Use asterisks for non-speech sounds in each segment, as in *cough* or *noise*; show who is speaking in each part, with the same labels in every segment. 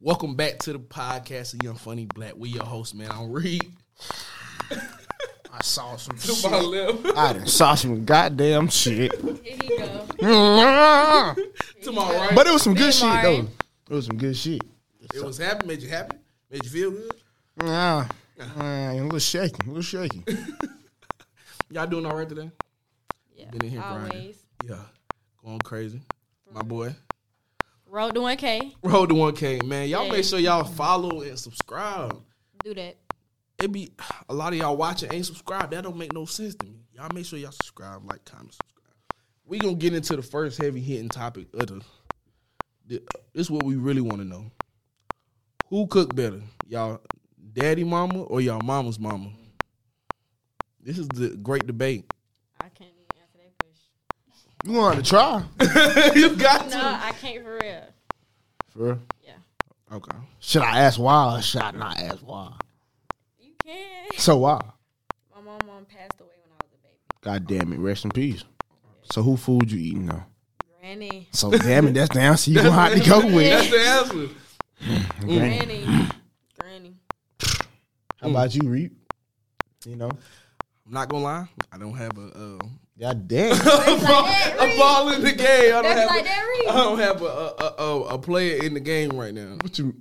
Speaker 1: Welcome back to the podcast of Young Funny Black. We your host, man. I'm Reed.
Speaker 2: I saw some
Speaker 1: To my
Speaker 2: shit.
Speaker 1: left,
Speaker 2: I done saw some goddamn *laughs* shit.
Speaker 3: Here
Speaker 1: *laughs*
Speaker 3: you go.
Speaker 2: but
Speaker 1: to my right.
Speaker 2: it was some good
Speaker 3: Good
Speaker 2: shit though.
Speaker 3: morning.
Speaker 2: It was some good shit.
Speaker 1: it was happy. Made you happy. Made you feel good.
Speaker 2: Nah, nah, a little shaky, a little shaky.
Speaker 1: Y'all doing all right today?
Speaker 3: Yeah.
Speaker 1: Been in here grinding.
Speaker 3: Always.
Speaker 1: Yeah, going crazy. My boy,
Speaker 3: Road to 1K.
Speaker 1: road to 1K, man. Y'all
Speaker 3: Yeah.
Speaker 1: make sure y'all follow and subscribe.
Speaker 3: Do that.
Speaker 1: It be a lot of y'all watching ain't subscribed. That don't make no sense to me. Y'all make sure y'all subscribe, like, comment, subscribe. We gonna get into the first heavy hitting topic of the. the this what we really want to know. Who cook better, y'all, daddy mama or y'all mama's mama? This is the great debate. *laughs*
Speaker 3: I can't even answer that question.
Speaker 2: You wanted to try?
Speaker 1: you got
Speaker 3: No,
Speaker 1: to.
Speaker 3: I can't for real.
Speaker 2: For real?
Speaker 3: Yeah.
Speaker 1: Okay.
Speaker 2: Should I ask why or should I not ask why?
Speaker 3: You can.
Speaker 2: So why?
Speaker 3: My mom, mom passed away when I was a baby.
Speaker 2: God damn it, rest in peace. So who food you eating though?
Speaker 3: Granny.
Speaker 2: *laughs* So damn it, that's the answer you gonna have to go
Speaker 1: That's
Speaker 2: with. *laughs*
Speaker 1: the answer.
Speaker 2: Okay.
Speaker 3: Granny.
Speaker 1: *laughs*
Speaker 3: Granny.
Speaker 2: How about you, Reap? You know,
Speaker 1: I'm not gonna lie. I don't have a uh,
Speaker 2: god *laughs* damn.
Speaker 1: *laughs* a, ball, a ball in the game. I don't
Speaker 3: That's
Speaker 1: have
Speaker 3: like
Speaker 1: a,
Speaker 3: that, Reed.
Speaker 1: I don't have a, a, a, a, a player in the game right now.
Speaker 2: What you?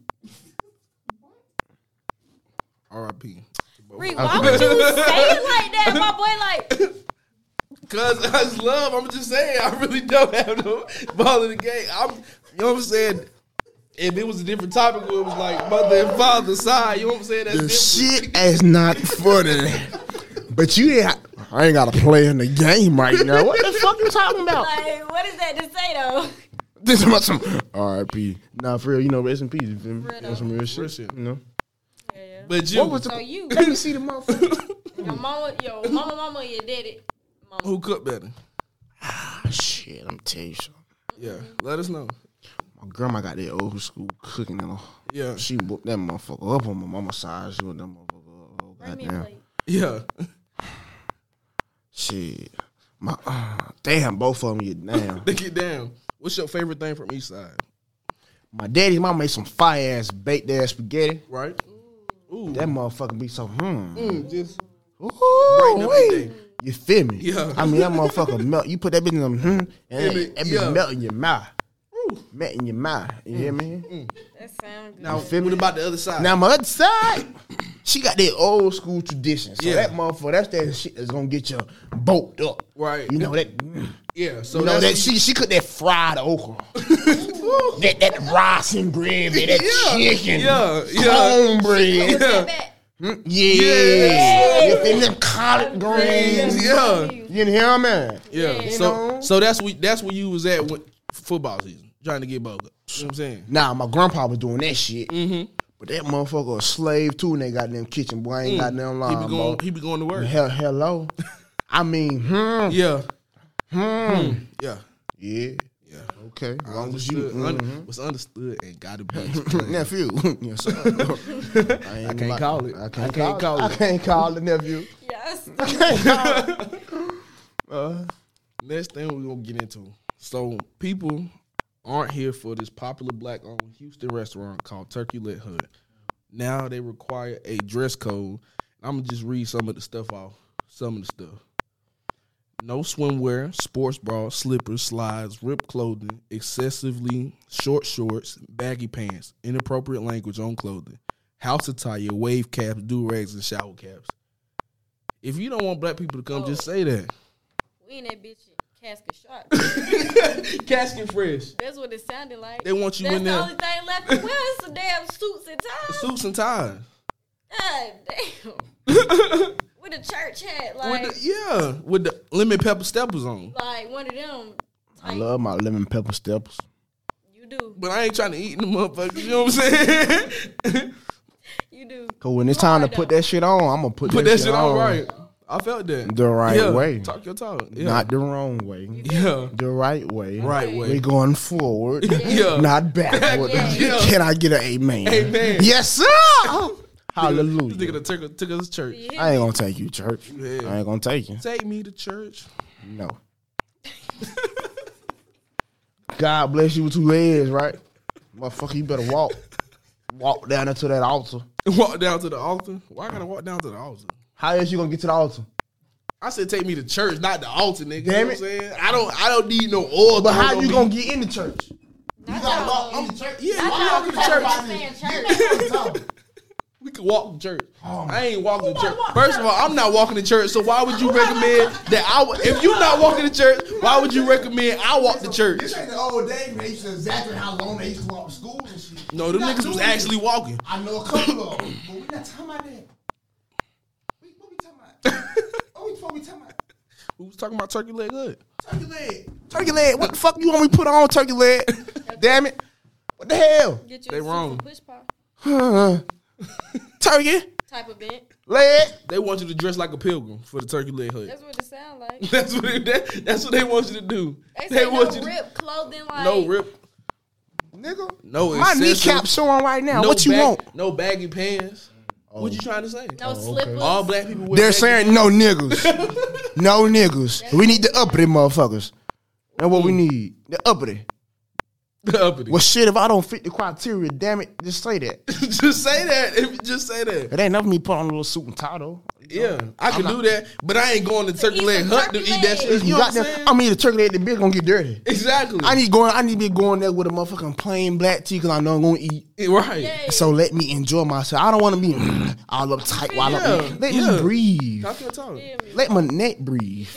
Speaker 1: R.I.P.
Speaker 3: Reed,
Speaker 1: *laughs*
Speaker 3: why would you say it like that, my boy? Like,
Speaker 1: Cause I just love. I'm just saying. I really don't have no ball in the game. I'm. You know what I'm saying. If it was a different topic, where it was like mother and father side. You know what I'm saying? That's
Speaker 2: The
Speaker 1: different.
Speaker 2: shit is not funny. But you ain't. I ain't got to play in the game right now. What the fuck you talking about?
Speaker 3: like, what is that to say though?
Speaker 2: This is about some R.I.P. Nah, for real. You know, rest in peace. You feel me?
Speaker 3: Real
Speaker 2: On some real shit.
Speaker 1: Real shit.
Speaker 2: You know.
Speaker 3: Yeah.
Speaker 1: But you.
Speaker 2: What was
Speaker 3: So
Speaker 2: the?
Speaker 3: you,
Speaker 2: *laughs* Let me see the motherfucker.
Speaker 3: *laughs* your mama, your mama, mama, your daddy, mama.
Speaker 1: who cooked better?
Speaker 2: Ah, shit, I'm tell you something.
Speaker 1: Yeah. Let us know.
Speaker 2: My grandma got that old school cooking. And all.
Speaker 1: Yeah. *laughs*
Speaker 2: She whooped that motherfucker up on my mama's side. She whooped that motherfucker up. Oh,
Speaker 3: Bring me a
Speaker 2: goddamn.
Speaker 3: plate.
Speaker 1: Yeah.
Speaker 2: Shit. My ah, damn, both of them you damn.
Speaker 1: Think it down. What's your favorite thing from each side?
Speaker 2: My daddy's mom made some fire ass baked ass spaghetti.
Speaker 1: Right. Ooh.
Speaker 2: That motherfucker be so hmm.
Speaker 1: Mm, just Breaking up
Speaker 2: Ooh,
Speaker 1: the
Speaker 2: wee.
Speaker 1: day.
Speaker 2: You feel me?
Speaker 1: Yeah.
Speaker 2: I mean that motherfucker melt. You put that bitch in them, hmm, and
Speaker 1: Give
Speaker 2: it,
Speaker 1: it-
Speaker 2: it, be
Speaker 1: yeah.
Speaker 2: melt in your mouth.
Speaker 1: Ooh.
Speaker 2: Melt in your mouth. You hear me?
Speaker 3: That sound good.
Speaker 1: now.
Speaker 2: feel me?
Speaker 1: What about the other side?
Speaker 2: Now my other side, she got that old school tradition. So
Speaker 1: Yeah.
Speaker 2: that motherfucker, that's that shit that's gonna get you bulked up.
Speaker 1: Right.
Speaker 2: You know that mm,
Speaker 1: yeah. So
Speaker 2: you know that
Speaker 1: that's
Speaker 2: she she cooked that
Speaker 1: *laughs*
Speaker 2: fried okra. that that rice and gravy, that
Speaker 1: Yeah.
Speaker 2: chicken,
Speaker 1: Yeah. Yeah.
Speaker 2: cornbread.
Speaker 1: Yeah.
Speaker 3: Step back.
Speaker 2: Yeah.
Speaker 1: Yeah.
Speaker 2: You feel me? Them collard greens.
Speaker 1: Yeah.
Speaker 2: You hear me?
Speaker 1: Yeah.
Speaker 3: Yeah.
Speaker 1: so
Speaker 2: You know?
Speaker 1: so that's we that's where you was at when football season, trying to get bogus. You know what I'm saying?
Speaker 2: Nah, my grandpa was doing that shit.
Speaker 1: Mm-hmm.
Speaker 2: But that motherfucker a slave too in that goddamn kitchen, boy. I ain't got
Speaker 1: Mm.
Speaker 2: goddamn
Speaker 1: He
Speaker 2: lying,
Speaker 1: be
Speaker 2: bro.
Speaker 1: going he be going to work. *laughs*
Speaker 2: Hell, hello. I mean, hmm.
Speaker 1: Yeah. Yeah.
Speaker 2: Yeah.
Speaker 1: Mm. Yeah.
Speaker 2: Okay. As long as you.
Speaker 1: Understood,
Speaker 2: Mm.
Speaker 1: un- was understood and got it back.
Speaker 2: *laughs* Nephew.
Speaker 1: *laughs*
Speaker 2: Yes, sir. I, ain't
Speaker 1: can't
Speaker 2: like-
Speaker 1: call it.
Speaker 2: I can't,
Speaker 1: I can't
Speaker 2: call,
Speaker 1: call
Speaker 2: it. I can't call the nephew.
Speaker 3: Yes.
Speaker 2: Uh,
Speaker 1: Next thing we're gonna get into. So people aren't here for this popular black owned Houston restaurant called Turkey Lit Hood. Now they require a dress code. I'm gonna just read some of the stuff off. Some of the stuff. No swimwear, sports bra, slippers, slides, ripped clothing, excessively short shorts, baggy pants, inappropriate language on clothing, house attire, wave caps, do rags, and shower caps. If you don't want black people to come, just say that.
Speaker 3: We in that bitch casket
Speaker 1: *laughs*
Speaker 3: shot.
Speaker 1: Casket fresh.
Speaker 3: That's what it sounded like.
Speaker 1: They want you
Speaker 3: That's
Speaker 1: in
Speaker 3: the
Speaker 1: there.
Speaker 3: only
Speaker 1: *laughs*
Speaker 3: thing left to wear is some damn suits and ties.
Speaker 1: Suits and ties.
Speaker 3: God damn.
Speaker 1: *laughs*
Speaker 3: With a church hat, like
Speaker 1: With the, yeah, with the lemon pepper steppers on.
Speaker 3: like one of them.
Speaker 2: I
Speaker 3: Like,
Speaker 2: love my lemon pepper steppers.
Speaker 3: You do.
Speaker 1: But I ain't trying to eat them motherfuckers. You know what I'm saying? *laughs*
Speaker 3: You do.
Speaker 2: Cause when it's time to put that shit on, I'm gonna put,
Speaker 1: Put that shit on right. I felt that
Speaker 2: The right
Speaker 1: Yeah,
Speaker 2: way.
Speaker 1: Talk your talk. Yeah.
Speaker 2: Not the wrong way.
Speaker 1: yeah.
Speaker 2: The right way.
Speaker 1: Right
Speaker 2: We're
Speaker 1: way.
Speaker 2: going forward.
Speaker 1: *laughs* Yeah.
Speaker 2: Not backward.
Speaker 1: *laughs* Yeah.
Speaker 2: Can I get an amen?
Speaker 1: Amen. *laughs*
Speaker 2: Yes, sir.
Speaker 1: This nigga
Speaker 2: Hallelujah.
Speaker 1: done took, took us to church.
Speaker 3: You
Speaker 2: I
Speaker 3: hear
Speaker 2: ain't gonna take you, church.
Speaker 1: Yeah.
Speaker 2: I ain't gonna take you.
Speaker 1: Take me to church. *laughs*
Speaker 2: No. God bless you with two legs, right? Motherfucker, you better walk. walk down into that altar.
Speaker 1: Walk down to the altar. Why I gotta walk down to the altar?
Speaker 2: How else you gonna get to the altar?
Speaker 1: I said take me to church, not the altar, nigga.
Speaker 2: Damn
Speaker 1: you
Speaker 2: it.
Speaker 1: know what I'm saying? I don't I don't need no oil.
Speaker 2: But how
Speaker 1: thrown on
Speaker 2: you
Speaker 1: me.
Speaker 2: gonna get in the church?
Speaker 3: Not
Speaker 2: You gotta
Speaker 3: y'all.
Speaker 2: walk in the church.
Speaker 1: Yeah,
Speaker 3: Not
Speaker 1: why *laughs* y'all
Speaker 3: y'all can
Speaker 1: go to church?
Speaker 3: walk in church.
Speaker 1: We could walk to church.
Speaker 2: Oh, my-
Speaker 1: I ain't walking to
Speaker 3: gotta
Speaker 1: church.
Speaker 3: walk to
Speaker 1: First of all, I'm not walking to church. So why would you recommend that I? would- If you're not walking to church, why would you recommend I walk to church?
Speaker 2: ain't the old days. They used to exactly how long they used to walk to schools and shit.
Speaker 1: No, the niggas was actually walking.
Speaker 2: I know a couple of them, but we not talking about that. We, what we talking *laughs* about? what, we, what we talking about?
Speaker 1: We was talking about turkey leg hood.
Speaker 2: Turkey leg. Turkey leg. What the fuck you want me to put on turkey *laughs* leg? Damn it. What the *laughs* hell?
Speaker 3: Get you
Speaker 1: They
Speaker 3: a super
Speaker 1: wrong.
Speaker 3: Push pop
Speaker 2: Turkey
Speaker 3: type event.
Speaker 2: leg.
Speaker 1: They want you to dress like a pilgrim for the turkey leg hood.
Speaker 3: That's what it
Speaker 1: *laughs*
Speaker 3: sound like.
Speaker 1: That's what it, that, that's what they want you to do.
Speaker 3: They
Speaker 1: They
Speaker 3: say no
Speaker 1: want you
Speaker 3: rip
Speaker 1: to
Speaker 3: clothing. Like
Speaker 1: no rip,
Speaker 2: Nigga.
Speaker 1: no
Speaker 2: My
Speaker 1: accessories,
Speaker 2: kneecap showing right now.
Speaker 1: no
Speaker 2: what you
Speaker 1: bag-
Speaker 2: want? Oh.
Speaker 1: No baggy pants. What you trying to say?
Speaker 3: No slippers.
Speaker 1: All black people. Wear
Speaker 2: They're
Speaker 1: baggy-
Speaker 2: saying no *laughs* niggas. no niggas. We need the uppity motherfuckers. That's what we need. The uppity.
Speaker 1: *laughs* the uppity.
Speaker 2: Well, shit, if I don't fit the criteria, damn it, just say that.
Speaker 1: just say that. If, just say that.
Speaker 2: It ain't nothing me put on a little suit and tie, though.
Speaker 1: Yeah, I can do that, but I ain't going to turkey
Speaker 3: eat
Speaker 1: leg
Speaker 3: some
Speaker 1: hut to
Speaker 3: turkey
Speaker 1: eat that
Speaker 3: leg.
Speaker 1: shit.
Speaker 2: You
Speaker 1: You know
Speaker 2: got
Speaker 1: what I'm
Speaker 2: them.
Speaker 1: saying?
Speaker 2: I mean, the turkey leg, the beer gonna get dirty.
Speaker 1: Exactly.
Speaker 2: I need going. I need to be going there with a motherfucking plain black tea because I know I'm gonna eat.
Speaker 1: right.
Speaker 3: Yeah.
Speaker 2: So let me enjoy myself. I don't want to be *clears throat* all uptight while I'm
Speaker 1: Yeah,
Speaker 2: eating. Let
Speaker 1: yeah.
Speaker 2: me breathe.
Speaker 1: Talk your talk.
Speaker 3: Feel me?
Speaker 2: Let my
Speaker 1: *laughs*
Speaker 2: neck breathe.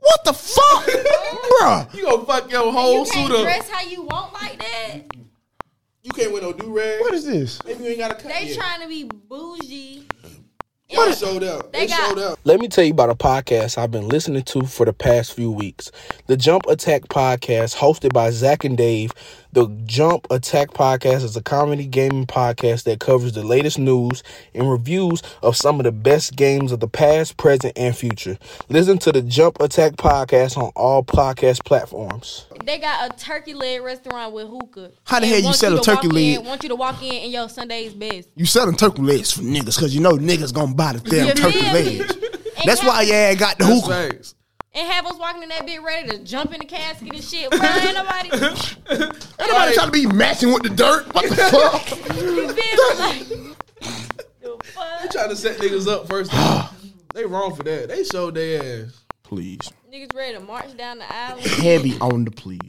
Speaker 2: what the fuck,
Speaker 1: *laughs*
Speaker 2: bruh?
Speaker 1: You gonna fuck your
Speaker 3: You
Speaker 1: whole
Speaker 3: can't
Speaker 1: suit up.
Speaker 3: dress how you want like that.
Speaker 1: You can't wear no do rag.
Speaker 2: What is this?
Speaker 1: Maybe you ain't got a cut
Speaker 3: They
Speaker 1: yet.
Speaker 3: trying to be bougie.
Speaker 1: Y'all showed up.
Speaker 3: They got-
Speaker 1: up. Let me tell you about a podcast I've been listening to for the past few weeks. The Jump Attack Podcast, hosted by Zach and Dave. The Jump Attack Podcast is a comedy gaming podcast that covers the latest news and reviews of some of the best games of the past, present, and future. Listen to the Jump Attack Podcast on all podcast platforms.
Speaker 3: They got a turkey leg restaurant with hookah.
Speaker 2: How the
Speaker 3: And
Speaker 2: hell you
Speaker 3: want
Speaker 2: sell a
Speaker 3: to
Speaker 2: turkey
Speaker 3: walk
Speaker 2: leg?
Speaker 3: In, want you to walk in in your Sunday's best.
Speaker 2: You selling turkey legs for niggas because you know niggas gonna buy the damn
Speaker 3: You
Speaker 2: turkey
Speaker 3: feel me?
Speaker 2: legs.
Speaker 3: *laughs* And
Speaker 2: That's
Speaker 3: have-
Speaker 2: why your ass got the
Speaker 1: That's
Speaker 2: hookah.
Speaker 3: *laughs*
Speaker 1: facts.
Speaker 3: And have us walking in that bit ready to jump in the casket
Speaker 2: *laughs*
Speaker 3: and shit. Bro, ain't nobody.
Speaker 2: Everybody trying to be matching with the dirt. What *laughs* the fuck? *laughs*
Speaker 3: You feel me? Like, the fuck?
Speaker 1: Trying to set niggas up *gasps* first. they wrong for that. They showed their ass.
Speaker 2: Please.
Speaker 3: Niggas ready to march down the aisle. For
Speaker 2: Heavy on the please.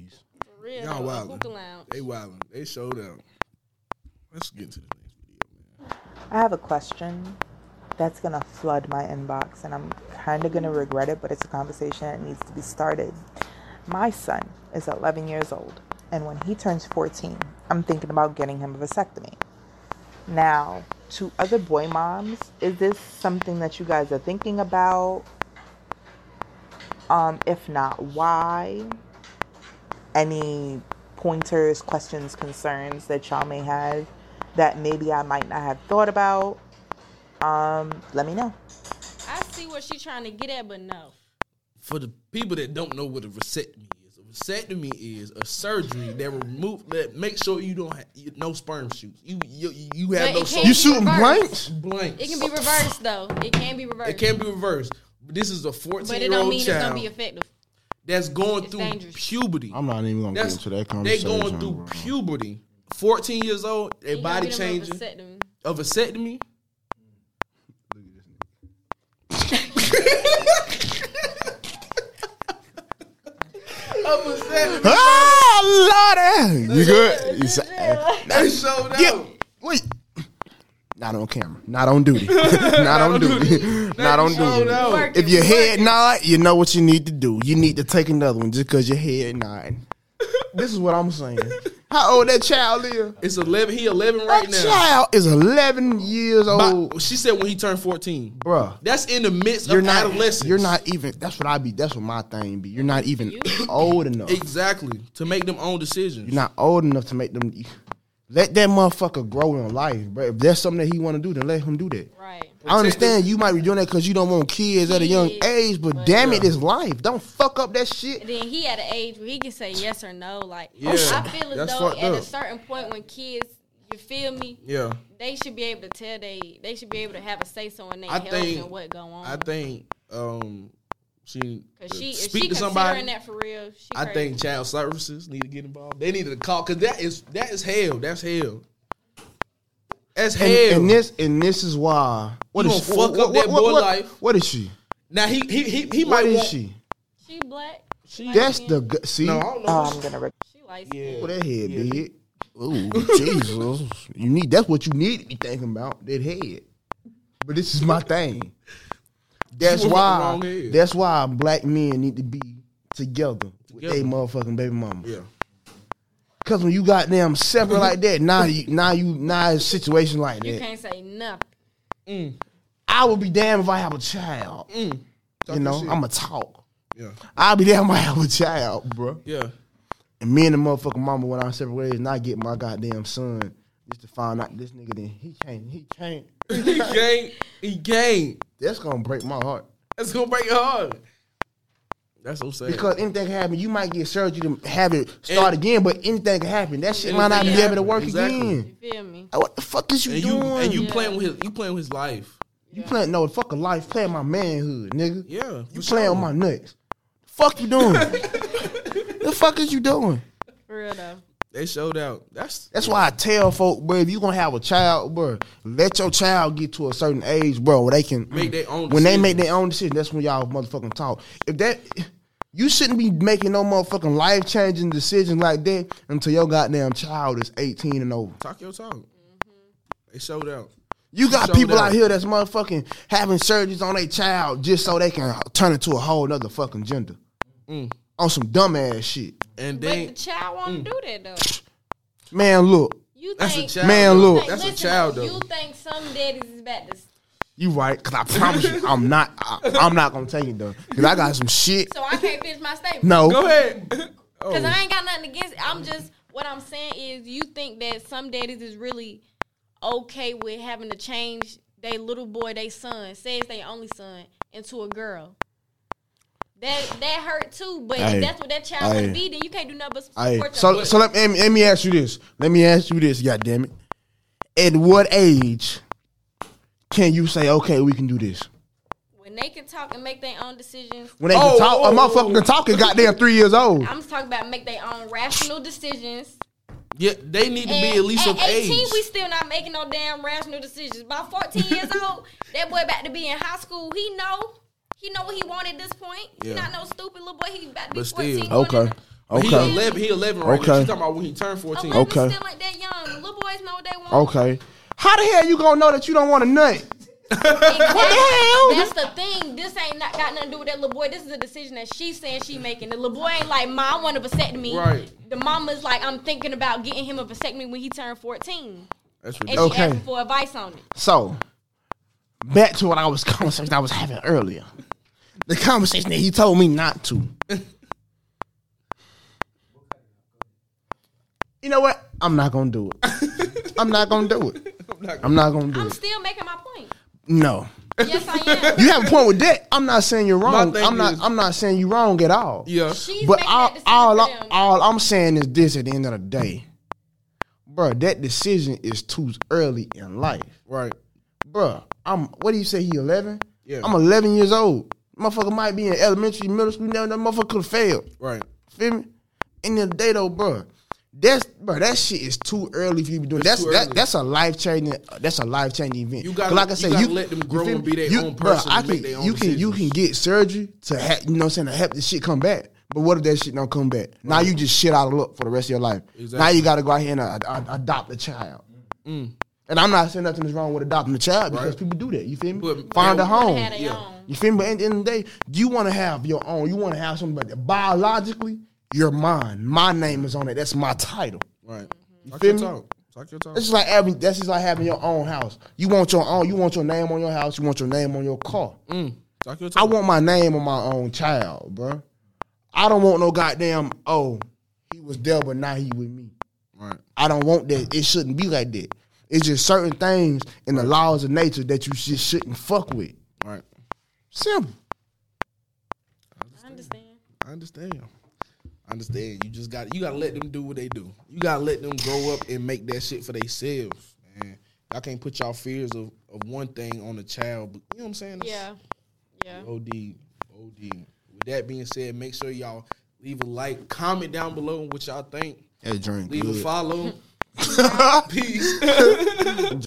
Speaker 3: real.
Speaker 1: Y'all
Speaker 3: a
Speaker 1: wildin'.
Speaker 3: Hookah lounge.
Speaker 1: They wildin'. They showed out. Let's get to the next video, man.
Speaker 4: I have a question that's going to flood my inbox, and I'm kind of going to regret it, but it's a conversation that needs to be started. My son is 11 years old, and when he turns 14, I'm thinking about getting him a vasectomy. Now, to other boy moms, is this something that you guys are thinking about? Um, if not, why? Any pointers, questions, concerns that y'all may have that maybe I might not have thought about? Um, let me know.
Speaker 3: I see what she trying to get at, but no.
Speaker 1: For the people that don't know what a vasectomy is, a vasectomy is a surgery that remove that make sure you don't have you, no sperm shoots. You you, you have
Speaker 3: But
Speaker 1: no
Speaker 3: it can't
Speaker 1: sperm
Speaker 2: You
Speaker 3: be
Speaker 2: shooting
Speaker 3: reversed.
Speaker 2: blanks?
Speaker 1: blanks.
Speaker 3: It can be reversed though. It can be reversed.
Speaker 1: It can be reversed. This is a fourteen
Speaker 3: but it
Speaker 1: year
Speaker 3: don't
Speaker 1: old
Speaker 3: mean it's
Speaker 1: child
Speaker 3: gonna be effective.
Speaker 1: that's going through
Speaker 3: dangerous.
Speaker 1: puberty.
Speaker 2: I'm not even gonna
Speaker 1: that's
Speaker 2: get into that
Speaker 1: they
Speaker 2: conversation.
Speaker 1: going through
Speaker 2: bro.
Speaker 1: puberty. Fourteen years old, their
Speaker 3: You gonna
Speaker 1: body
Speaker 3: get them
Speaker 1: changing.
Speaker 3: upset them.
Speaker 1: A vasectomy. A vasectomy.
Speaker 2: Ah, Lordy! You good? You sa-
Speaker 1: They showed out.
Speaker 2: Yeah. Wait. Not on camera. Not on *laughs* duty. Not on duty. *laughs* Not on
Speaker 1: Showed
Speaker 2: duty.
Speaker 1: out.
Speaker 3: Working,
Speaker 2: If your head
Speaker 3: working.
Speaker 2: nod, you know what you need to do. You need to take another one just because your head nod. This is what I'm *laughs* saying. How old that child is?
Speaker 1: It's eleven. He eleven
Speaker 2: That
Speaker 1: right now.
Speaker 2: child is 11 years old.
Speaker 1: But she said when he turned fourteen,
Speaker 2: Bruh.
Speaker 1: That's in the midst
Speaker 2: You're
Speaker 1: of
Speaker 2: not.
Speaker 1: adolescence.
Speaker 2: You're not even. That's what I be. That's what my thing be. You're not even old enough.
Speaker 1: exactly to make them own decisions.
Speaker 2: You're not old enough to make them. Let that motherfucker grow in life, bro. If that's something that he want to do, then let him do that.
Speaker 3: Right.
Speaker 2: I understand you might be doing that because you don't want kids at a young
Speaker 3: Kids,
Speaker 2: age, but damn it, it's life. Don't fuck up that shit.
Speaker 3: And then he at an age where he can say yes or no. Like
Speaker 1: Yeah,
Speaker 3: I feel as
Speaker 1: that's
Speaker 3: though
Speaker 1: fucked
Speaker 3: at
Speaker 1: up.
Speaker 3: a certain point when kids, you feel me,
Speaker 1: Yeah.
Speaker 3: they should be able to tell they they should be able to have a say so in their
Speaker 1: I
Speaker 3: health
Speaker 1: think-
Speaker 3: and what go on.
Speaker 1: I think um, She
Speaker 3: Cause she, if
Speaker 1: speak
Speaker 3: she
Speaker 1: to
Speaker 3: considering
Speaker 1: somebody.
Speaker 3: that for real, she
Speaker 1: I
Speaker 3: crazy.
Speaker 1: think child services need to get involved. They need to call because that is that is hell. That's hell. That's
Speaker 2: And,
Speaker 1: hell.
Speaker 2: and this and this is why. What
Speaker 1: You
Speaker 2: is
Speaker 1: gonna fuck up that boy life.
Speaker 2: What is she?
Speaker 1: now he he he, he
Speaker 2: What
Speaker 1: might
Speaker 2: is
Speaker 1: want.
Speaker 2: she?
Speaker 3: she black.
Speaker 1: She-
Speaker 3: light
Speaker 2: That's
Speaker 3: skin.
Speaker 2: the gu- see.
Speaker 1: No, I don't know.
Speaker 4: Oh, I'm gonna. Re-
Speaker 3: She light
Speaker 1: yeah.
Speaker 3: skin.
Speaker 2: Um, What that head
Speaker 1: Yeah.
Speaker 2: did. Oh Jesus! You need that's what you need to be thinking about that head. But this is my thing. That's
Speaker 1: You went with the
Speaker 2: why.
Speaker 1: wrong head.
Speaker 2: That's why black men need to be together with
Speaker 1: Together.
Speaker 2: they motherfucking baby mama.
Speaker 1: Yeah. Mm-hmm.
Speaker 2: Cause when you got them separate like that, now you now you now it's a situation like
Speaker 3: You
Speaker 2: that.
Speaker 3: can't say nothing.
Speaker 1: Mm,
Speaker 2: I would be damned if I have a child.
Speaker 1: Mm-hmm. Talk
Speaker 2: you
Speaker 1: your
Speaker 2: know,
Speaker 1: shit.
Speaker 2: I'm a talk.
Speaker 1: mm. yeah.
Speaker 2: I'll be damned if I have a child, bro.
Speaker 1: Yeah. *laughs*
Speaker 2: And me and the motherfucking mama went our separate ways, and I get my goddamn son just to find out this nigga. Then he can't. He can't.
Speaker 1: he can't. He can't.
Speaker 2: That's gonna break my heart
Speaker 1: That's gonna break your heart. That's so sad.
Speaker 2: because anything can happen. You might get surgery to have it start again, but anything can happen. That shit might not be
Speaker 1: Anything
Speaker 2: able to
Speaker 1: happen.
Speaker 2: work
Speaker 1: Exactly.
Speaker 2: again.
Speaker 3: You feel me?
Speaker 2: Like, What the fuck is you
Speaker 1: and you
Speaker 2: doing?
Speaker 1: and you
Speaker 3: Yeah.
Speaker 1: playing with his you playing with his life.
Speaker 2: You playing no fuck a life, playing my manhood, nigga.
Speaker 1: Yeah.
Speaker 2: You playing on my nuts. Fuck
Speaker 1: *laughs*
Speaker 2: you doing? the fuck is you doing?
Speaker 3: For real though.
Speaker 1: They showed out. That's
Speaker 2: That's why I tell folk, bro, if you gonna have a child, bro, let your child get to a certain age, bro, where they can
Speaker 1: Make their own
Speaker 2: When they make
Speaker 1: decisions.
Speaker 2: their own decision, that's when y'all motherfucking talk. If that you shouldn't be making no motherfucking life changing decision like that until your goddamn child is eighteen and over.
Speaker 1: talk your talk.
Speaker 3: Mm-hmm.
Speaker 1: They showed out.
Speaker 2: You got
Speaker 1: Show
Speaker 2: people
Speaker 1: them.
Speaker 2: out here that's motherfucking having surgeries on their child just so they can turn into a whole nother fucking gender.
Speaker 1: Mm.
Speaker 2: On some dumbass shit.
Speaker 1: And
Speaker 3: But the
Speaker 1: then Mm.
Speaker 3: child won't do that though.
Speaker 2: Man, look,
Speaker 3: You think
Speaker 1: That's a child.
Speaker 2: Man,
Speaker 3: you
Speaker 2: look.
Speaker 3: think-
Speaker 1: That's a
Speaker 3: listen,
Speaker 1: child,
Speaker 3: You
Speaker 1: though.
Speaker 3: think some daddies is about to?
Speaker 2: you right, cause I promise you, I'm not I, I'm not gonna take it though. Cause I got some shit.
Speaker 3: So I can't finish
Speaker 2: *laughs*
Speaker 3: my statement.
Speaker 2: No.
Speaker 1: go ahead. *laughs*
Speaker 3: Because
Speaker 1: Oh,
Speaker 3: I ain't got nothing against it. I'm just, what I'm saying is, you think that some daddies is really okay with having to change their little boy, their son, say it's their only son, into a girl. That that hurt too, but
Speaker 2: Aye.
Speaker 3: if that's what that child
Speaker 2: Aye.
Speaker 3: gonna be, then you can't do nothing but support
Speaker 2: Hey,
Speaker 3: them.
Speaker 2: so so let, let, me, let me ask you this. Let me ask you this, god damn it. At what age can you say, okay, we can do this?
Speaker 3: when they can talk and make their own decisions,
Speaker 2: When they
Speaker 1: Oh,
Speaker 2: can talk,
Speaker 1: oh,
Speaker 2: a motherfucker can talk at goddamn three years old.
Speaker 3: I'm just talking about make their own rational decisions.
Speaker 1: yeah, they need to be at least
Speaker 3: at
Speaker 1: of
Speaker 3: 18,
Speaker 1: age.
Speaker 3: we still not making no damn rational decisions. By
Speaker 1: *laughs*
Speaker 3: 14 years old, that boy about to be in high school. He know. He know what he want at this point. He
Speaker 1: Yeah.
Speaker 3: not no stupid little boy. He about to be
Speaker 1: But
Speaker 3: 14.
Speaker 1: still.
Speaker 3: going
Speaker 2: Okay.
Speaker 3: into-
Speaker 1: He
Speaker 2: Okay.
Speaker 1: eleven. He eleven right
Speaker 2: Okay.
Speaker 1: now. She's talking about when he turned fourteen.
Speaker 3: Eleven
Speaker 2: Okay.
Speaker 3: still like that young. Little boys know what they want.
Speaker 2: Okay. How the hell you gonna know that you don't want a nut? What the hell?
Speaker 3: That's the thing. This ain't not got nothing to do with that little boy. This is a decision that she's saying she making. The little boy ain't like, Ma, I want a vasectomy.
Speaker 1: Right.
Speaker 3: The mama's like, I'm thinking about getting him a vasectomy when he turned 14.
Speaker 1: That's
Speaker 3: And
Speaker 1: ridiculous.
Speaker 3: she
Speaker 2: Okay.
Speaker 3: asking for advice on it.
Speaker 2: So, back to what I was *laughs* conversation I was having earlier. The conversation that he told me not to. you know what? I'm not gonna do it. I'm not gonna do it. I'm not gonna do
Speaker 3: I'm
Speaker 2: it.
Speaker 3: still making my point.
Speaker 2: No.
Speaker 3: Yes, I
Speaker 1: *laughs*
Speaker 3: am.
Speaker 2: You have a point with that. I'm not saying you're
Speaker 1: My
Speaker 2: wrong.
Speaker 1: thing
Speaker 2: I'm not
Speaker 1: is-
Speaker 2: I'm not saying you wrong at all.
Speaker 1: Yeah.
Speaker 3: She's
Speaker 2: But
Speaker 3: making that
Speaker 2: all
Speaker 3: decision
Speaker 2: all,
Speaker 3: for
Speaker 2: I,
Speaker 3: them.
Speaker 2: all I'm saying is this at the end of the day. Bro, that decision is too early in life.
Speaker 1: Right.
Speaker 2: Bruh, I'm what do you say? He eleven?
Speaker 1: Yeah.
Speaker 2: I'm eleven years old. Motherfucker might be in elementary, middle school. Now that motherfucker could have failed.
Speaker 1: Right.
Speaker 2: Feel me? End of the day though, bruh. That's bruh. That shit is too early for you to be doing.
Speaker 1: It's too
Speaker 2: that's that,
Speaker 1: early.
Speaker 2: that's a life changing. That's a life changing event.
Speaker 1: You gotta-
Speaker 2: 'Cause
Speaker 1: you gotta let them grow
Speaker 2: feel
Speaker 1: and
Speaker 2: me?
Speaker 1: be their own person
Speaker 2: I
Speaker 1: and make
Speaker 2: can-
Speaker 1: their own
Speaker 2: you can you can
Speaker 1: decisions.
Speaker 2: get surgery to ha- you know what I'm saying to help this shit come back. But what if that shit don't come back? Now you just shit out of luck for the rest of your life. Now
Speaker 1: Exactly. Mm.
Speaker 2: you gotta go out here and uh, ad- adopt a child. And I'm not saying nothing is wrong with adopting a child because
Speaker 1: Right.
Speaker 2: people do that. You feel me?
Speaker 1: But-
Speaker 2: Find a
Speaker 1: Wanna
Speaker 2: home.
Speaker 3: had their
Speaker 1: yeah.
Speaker 3: own.
Speaker 2: You feel me? But at the end of the day, you want to have your own. You want to have something, but biologically, you're mine. My name is on it. That's my title.
Speaker 1: Right. Talk your
Speaker 2: feel me?
Speaker 1: talk. Talk your talk.
Speaker 2: That's just like having. That's just like having your own house. You want your own. You want your name on your house. You want your name on your car.
Speaker 1: Talk your talk.
Speaker 2: I want my name on my own child, bro. I don't want no goddamn. Oh, he was there, but now he with me.
Speaker 1: Right.
Speaker 2: I don't want that. It shouldn't be like that. It's just certain things in the laws of nature that you just shouldn't fuck with.
Speaker 1: Right.
Speaker 2: Simple.
Speaker 3: I understand.
Speaker 1: I understand. I understand. You just got you gotta let them do what they do. You gotta let them grow up and make that shit for themselves, man. Y'all can't put y'all fears of, of one thing on a child, but you know what I'm saying? That's
Speaker 3: Yeah. Yeah.
Speaker 1: OD. OD. With that being said, make sure y'all leave a like, comment down below what y'all think, *laughs*
Speaker 2: That drink
Speaker 1: leave a
Speaker 2: good.
Speaker 1: follow. Peace.